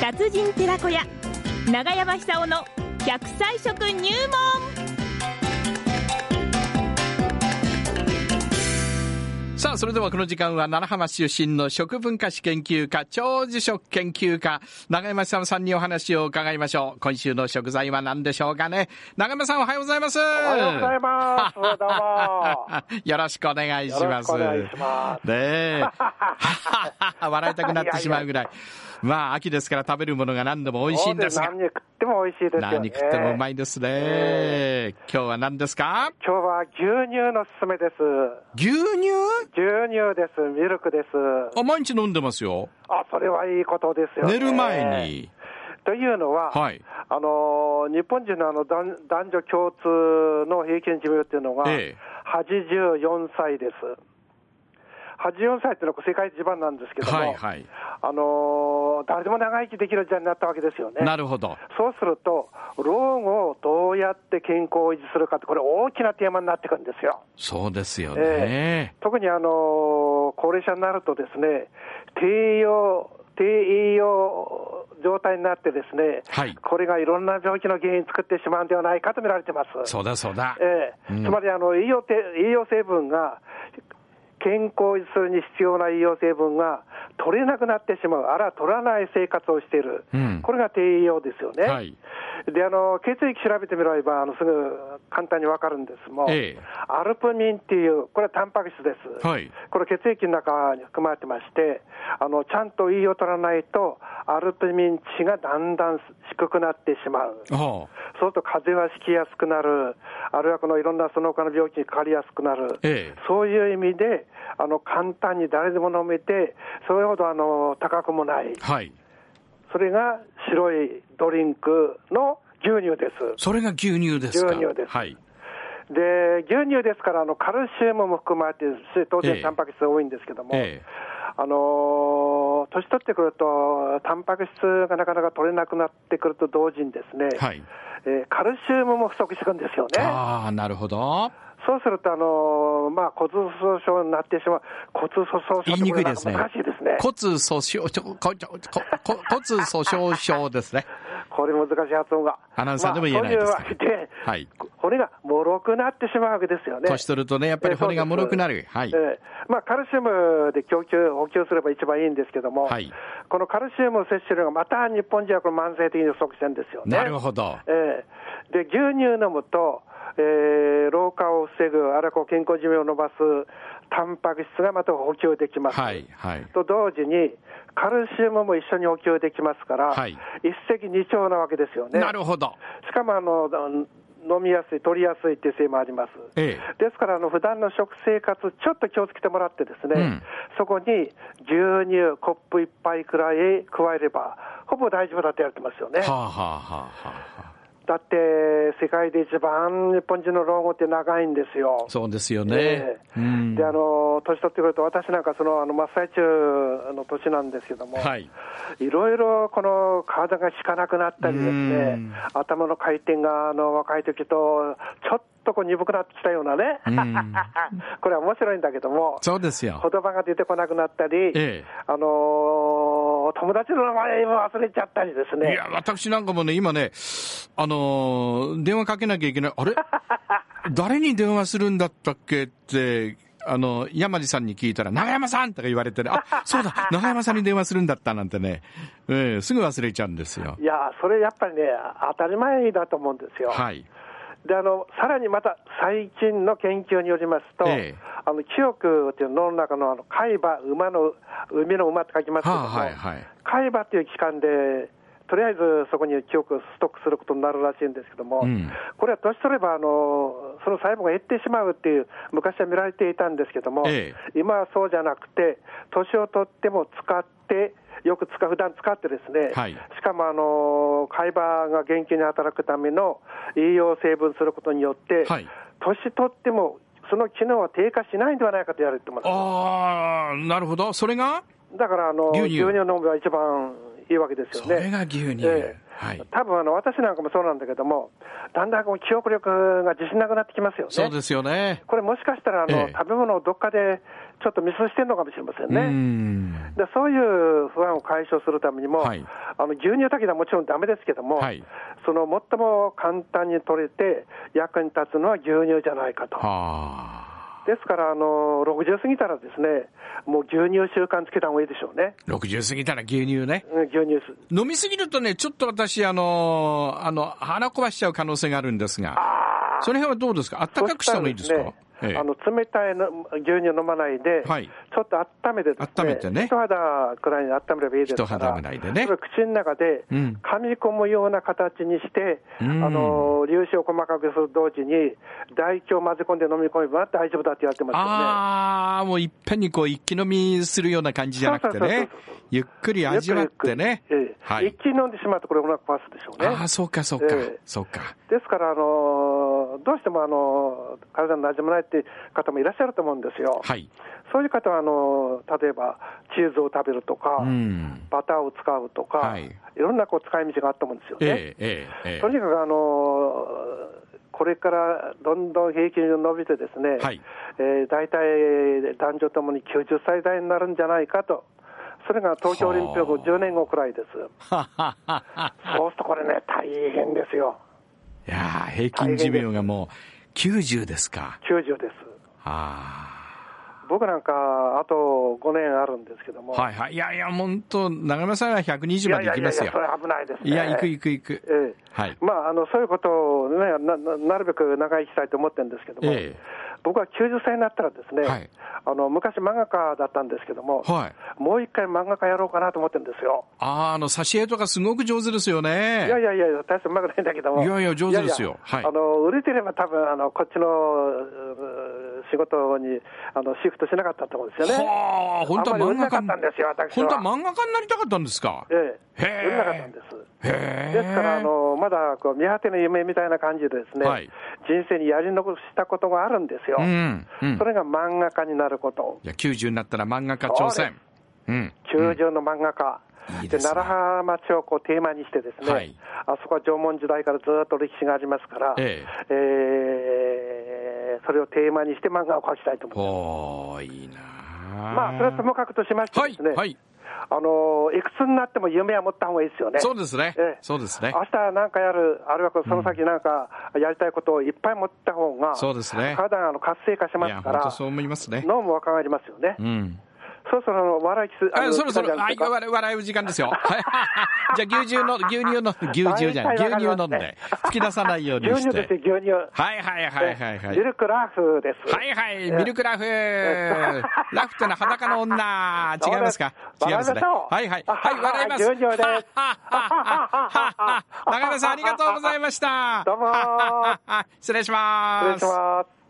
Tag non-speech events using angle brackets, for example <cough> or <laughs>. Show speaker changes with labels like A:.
A: 達人寺子屋長山久夫の百歳食入門
B: さあ、それではこの時間は奈良浜市出身の食文化史研究家、長寿食研究家、長山久夫さんにお話を伺いましょう。今週の食材は何でしょうかね。長山さんおはようございます。お
C: おはようございます。どうも。
B: す。よろしくお願いし
C: よろ
B: ま
C: し
B: す。
C: くお願いしま
B: ねえ。 <laughs> 笑いたくなってしまうぐらい。まあ、秋ですから食べるものが何でも
C: す。
B: <laughs> 美味しいんですが、
C: 何食っても美味しいですよね。
B: 何食ってもうま
C: い。
B: いですね
C: え。
B: 今日は何ですか
C: 今日は牛乳のすすめです。
B: 牛乳
C: 牛乳です。ミルクです。
B: あ、毎日飲んでますよ。
C: あ、それはいいことですよ、ね。
B: 寝る前。に。
C: というのは、
B: はい
C: あのー日本人のあの男男女共通の平均寿命っていうのが、
B: ええ
C: 84歳です。84歳っていうのは世界一番なんですけども、
B: はいはい。
C: あのー誰でも長生きできる時代になったわけですよね。
B: なるほど。
C: そうすると、老後をどうやって健康を維持するかって、これ、大きなテーマになってくるんですよ。
B: そうですよ
C: え
B: ね。
C: 特にあの高齢者になるとですね、低栄養、低栄養状態になってですね、
B: はい
C: これがいろんな病気の原因作ってしまうんではないかと見られてます。
B: そうだそうだ。
C: ええ
B: うん
C: つまりあの栄養て栄養成分が、健康を維持するに必要な栄養成分が取れなくなってしまう、あるいは取らない生活をしている、
B: うん
C: これが低栄養ですよね。
B: はい。
C: であの血液調べてみればあのすぐ簡単にわかるんですも、
B: ええ
C: アルプミンっていう、これはタンパク質です、
B: はい
C: これ、血液の中に含まれてまして、あのちゃんと胃を取らないと、アルプミン値がだんだん低くなってしまう。
B: ああ。
C: そうすると風邪はひきやすくなる、あるいはこのいろんなその他の病気にかかりやすくなる、
B: ええ
C: そういう意味で、あの簡単に誰でも飲めて、それほどあの高くもない、
B: はい。
C: それが白いドリンクの牛乳です。
B: それが牛乳ですか。
C: 牛乳です
B: はい。
C: で、牛乳ですから、あのカルシウムも含まれているし、当
B: ええ
C: 然、タンパク質が多いんですけども、
B: ええ
C: あのー年取ってくると、タンパク質がなかなか取れなくなってくると同時にですね、
B: はい
C: えーカルシウムも不足してくんですよね。
B: ああ、なるほど。
C: そうすると、あのーまあ、骨粗しょう症になってしまう、骨粗しょう症って
B: 言いにくいですね。
C: 難しいですね。
B: 骨粗しょう、ちょこちょここ骨粗しょう症ですね。
C: これ難しい発音が。
B: アナウンサーでも言えないです
C: まあ、
B: け
C: そう
B: ど
C: いうわけで、
B: はい
C: 骨が脆くなってしまうわけですよね。
B: 年取るとね、やっぱり骨が脆くなる。はい
C: え。ーまあ、カルシウムで供給、補給すれば一番いいんですけども、
B: はい
C: このカルシウム摂取量がまた日本人はこれ慢性的に不足してるんですよね。
B: なるほど。
C: ええで牛乳飲むと、えー老化を防ぐ、あるいはこう健康寿命を伸ばす、タンパク質がまた補給できます。
B: はい、はい。
C: と同時に、カルシウムも一緒に補給できますから、
B: はい
C: 一石二鳥なわけですよね。
B: なるほど。
C: しかもあの飲みやすい、取りやすいっていうせいもあります。
B: ええ
C: ですから、あの普段の食生活、ちょっと気をつけてもらって、ですね、
B: うん
C: そこに牛乳、コップ一杯くらい加えれば、ほぼ大丈夫だって言われてますよね。
B: はあ、はあはあはあ、
C: だって、世界で一番日本人の老後って長いんですよ。
B: そうですよね
C: え。え
B: うん。
C: であの年取ってくると、私なんかそのあの真っ最中の年なんですけど
B: <laughs>
C: も、
B: はい。
C: いろいろこの体が効かなくなったりです
B: う
C: ね
B: ん、
C: 頭の回転があの若い時とちょっとこう鈍くなってきたようなね、
B: うん。
C: <laughs> これは面白いんだけども、
B: そうですよ。
C: 言葉が出てこなくなったり、
B: ええ
C: あのー友達の名前も忘れちゃったりです
B: い
C: ね
B: や、、私なんかもね、今ね、あのー電話かけなきゃいけない。
C: <laughs>
B: あれ誰に電話するんだったっけって、あの、山地さんに聞いたら、長山さんとか言われてね、あ、そう
C: <laughs>
B: だ、長山さんに電話するんだったなんてね、ええすぐ忘れちゃうんですよ
C: い。や、それやっぱりね、当たり前だと思うんですよ。
B: はい。
C: であのさらにまた最近の研究によりますと、
B: ええ
C: あの記憶という脳の中のあの海馬、馬の海の馬って書きますけども、
B: はあはいはい
C: 海馬という器官で、とりあえずそこに記憶をストックすることになるらしいんですけども、
B: うん
C: これは年取ればあの、その細胞が減ってしまうっていう、昔は見られていたんですけども、
B: え
C: 今はそうじゃなくて、年を取っても使って、よく使う、普段使ってですね、
B: はい
C: しかもあの海馬が元気に働くための栄養を成分することによって、
B: はい
C: 年取ってもその機能は低下しないんではないかと言われてます。
B: あー、なるほど。それが
C: だからあの
B: 牛
C: 牛
B: 乳
C: 乳を飲むのが一番いいわけですよ
B: そ
C: ね。
B: れが牛乳。
C: ええ
B: はい。
C: 多分あの私なんかもそうなんだけども、だんだんこう記憶力が自信なくなってきますよね。
B: そうですよね。
C: これもしかしたらあの、
B: ええ
C: 食べ物をどっかでちょっとミスしてるのかもしれません
B: う
C: ね。
B: ん
C: でそういう不安を解消するためにも、
B: はい
C: あの牛乳だけではもちろんダメですけども、
B: はい
C: その最も簡単に取れて役に立つのは牛乳じゃないかと。
B: はあ
C: ですから、あの、60過ぎたらですね、もう牛乳習慣つけた方がいいでしょうね。
B: 60過ぎたら牛乳ね
C: うん牛乳す。
B: 飲みすぎるとねちょっと私あのあの鼻壊しちゃう可能性があるんですが
C: あ
B: その辺はどうですかあったかくした方がいいですか
C: そらですね
B: ええ
C: あの冷たいの牛乳飲まないで、
B: はい
C: ちょっと温めてですね、
B: 温めてね
C: 人肌くらいに温めればいいですから、
B: 人肌ぐらいでね
C: それ口の中で
B: うん
C: 噛み込むような形にして、
B: うん
C: あの粒子を細かくすると同時に、唾液を混ぜ込んで飲み込めば大丈夫だって言われてますよね。
B: ああ、もういっぺんにこう一気飲みするような感じじゃなくて
C: そうそう
B: ね
C: そうそう、
B: ゆっくり味わってね
C: ゆくゆくええ。
B: はい
C: 一。気に飲んでしまうと、これ、お腹壊すでしょうね。
B: ああ、そうかそうか
C: ええ、
B: そうか。
C: ですから、あのどうしても、あの体に馴染まないっていう方もいらっしゃると思うんですよ。
B: はい。
C: そういう方は、あの例えばチーズを食べるとか、
B: うん。
C: バターを使うとか、
B: はい
C: い、ろんなこう使い道があったもんですよね。
B: ええ、ええ、え
C: とにかく、あのこれからどんどん平均が伸びてですね、
B: はい
C: えー大体男女ともに90歳代になるんじゃないかと。それが東京オリンピック
B: はあ
C: 10年後くらい
B: <laughs>
C: です。
B: え。
C: そうするとこれね、大変ですよ。
B: いやー平均寿命がもう90ですか。
C: 90です。
B: あ
C: 僕なんか、あと5年あるんですけども、
B: あ。はいはい。いやいや、本当長山さんは120まで行きますよ
C: いやいやいや、。それ危ないですね。
B: いや、行く行く行く。
C: ええ
B: はい。
C: まあ、あのそういうことを、ね、なななるべく長生きしたいと思ってるんですけども、
B: ええ
C: 僕は90歳になったらですね、
B: はい
C: あの昔漫画家だったんですけども、
B: はい。
C: もう一回漫画家やろうかなと思ってるんですよ。
B: ああ、あの、挿絵とかすごく上手ですよね。
C: いやいやいや、大してうまくないんだけども。
B: いやいや上手ですよ
C: いや
B: は
C: いや
B: い
C: あの、売れてれば多分、あの、こっちの、うー仕事に、あの、シフトしなかったと思うんですよね。
B: はあ、本当は漫画家
C: あんまり売れなかったんですよ私
B: 本
C: は
B: 当は漫画家になりたかったんですか。
C: ええ。
B: へえ
C: 売れなかったんです。
B: へえ。
C: ですから、あのまだこう見果ての夢みたいな感じで、ですね、
B: はい
C: 人生にやり残したことがあるんですよ、
B: うん、うん
C: そ。れが漫画家になること、
B: いや、90になったら漫画家挑戦。うん。
C: 中上の漫画家、
B: うんいい
C: で
B: ですね
C: 楢葉町をこうテーマにして、ですね、
B: はい
C: あそこは縄文時代からずっと歴史がありますから、
B: え
C: えーそれをテーマにして漫画を描きたいと思います。
B: おー、いいな
C: まあ、それはともかくとしまして
B: は
C: で
B: い
C: すね、、
B: はい。
C: あのいくつになっても夢は持った方がいいですよね。
B: そうですね
C: ええ。
B: そうですね。
C: 明日なんかやる、あるいはその先なんかやりたいことをいっぱい持った方が、
B: そうですね
C: 体があの活性化しま
B: い
C: す
B: や、
C: か
B: 本
C: ら
B: 当、そう思いますね。
C: 脳も若返りますよね。
B: うん。
C: そろそろあの笑いキス、
B: あ
C: の
B: そろそろ、
C: 時間
B: あ、
C: じゃない
B: 笑い笑う時間ですよ。
C: <laughs>
B: はい。じゃあ、牛乳の、牛乳の、牛乳じゃない、牛
C: 大体わか
B: 乳
C: りますね
B: 飲んで、吹き出さないように
C: です
B: し
C: か牛乳で
B: て。
C: すよ、牛乳。
B: はいはいはいはいはい
C: ミ。ルクラーフです。
B: はいはい、ミルク
C: <laughs>
B: ラフ、ラフってのは裸の女、違いますか
C: そう
B: 違い
C: です
B: ますね。は
C: 笑
B: い
C: いましょう
B: はい、はい、笑います。
C: 順序です
B: はっ <laughs> はっはっはっはっは長山さん、ありがとうございました。
C: どうも
B: <laughs> はっはっは失礼しま
C: 失
B: す。
C: 礼します。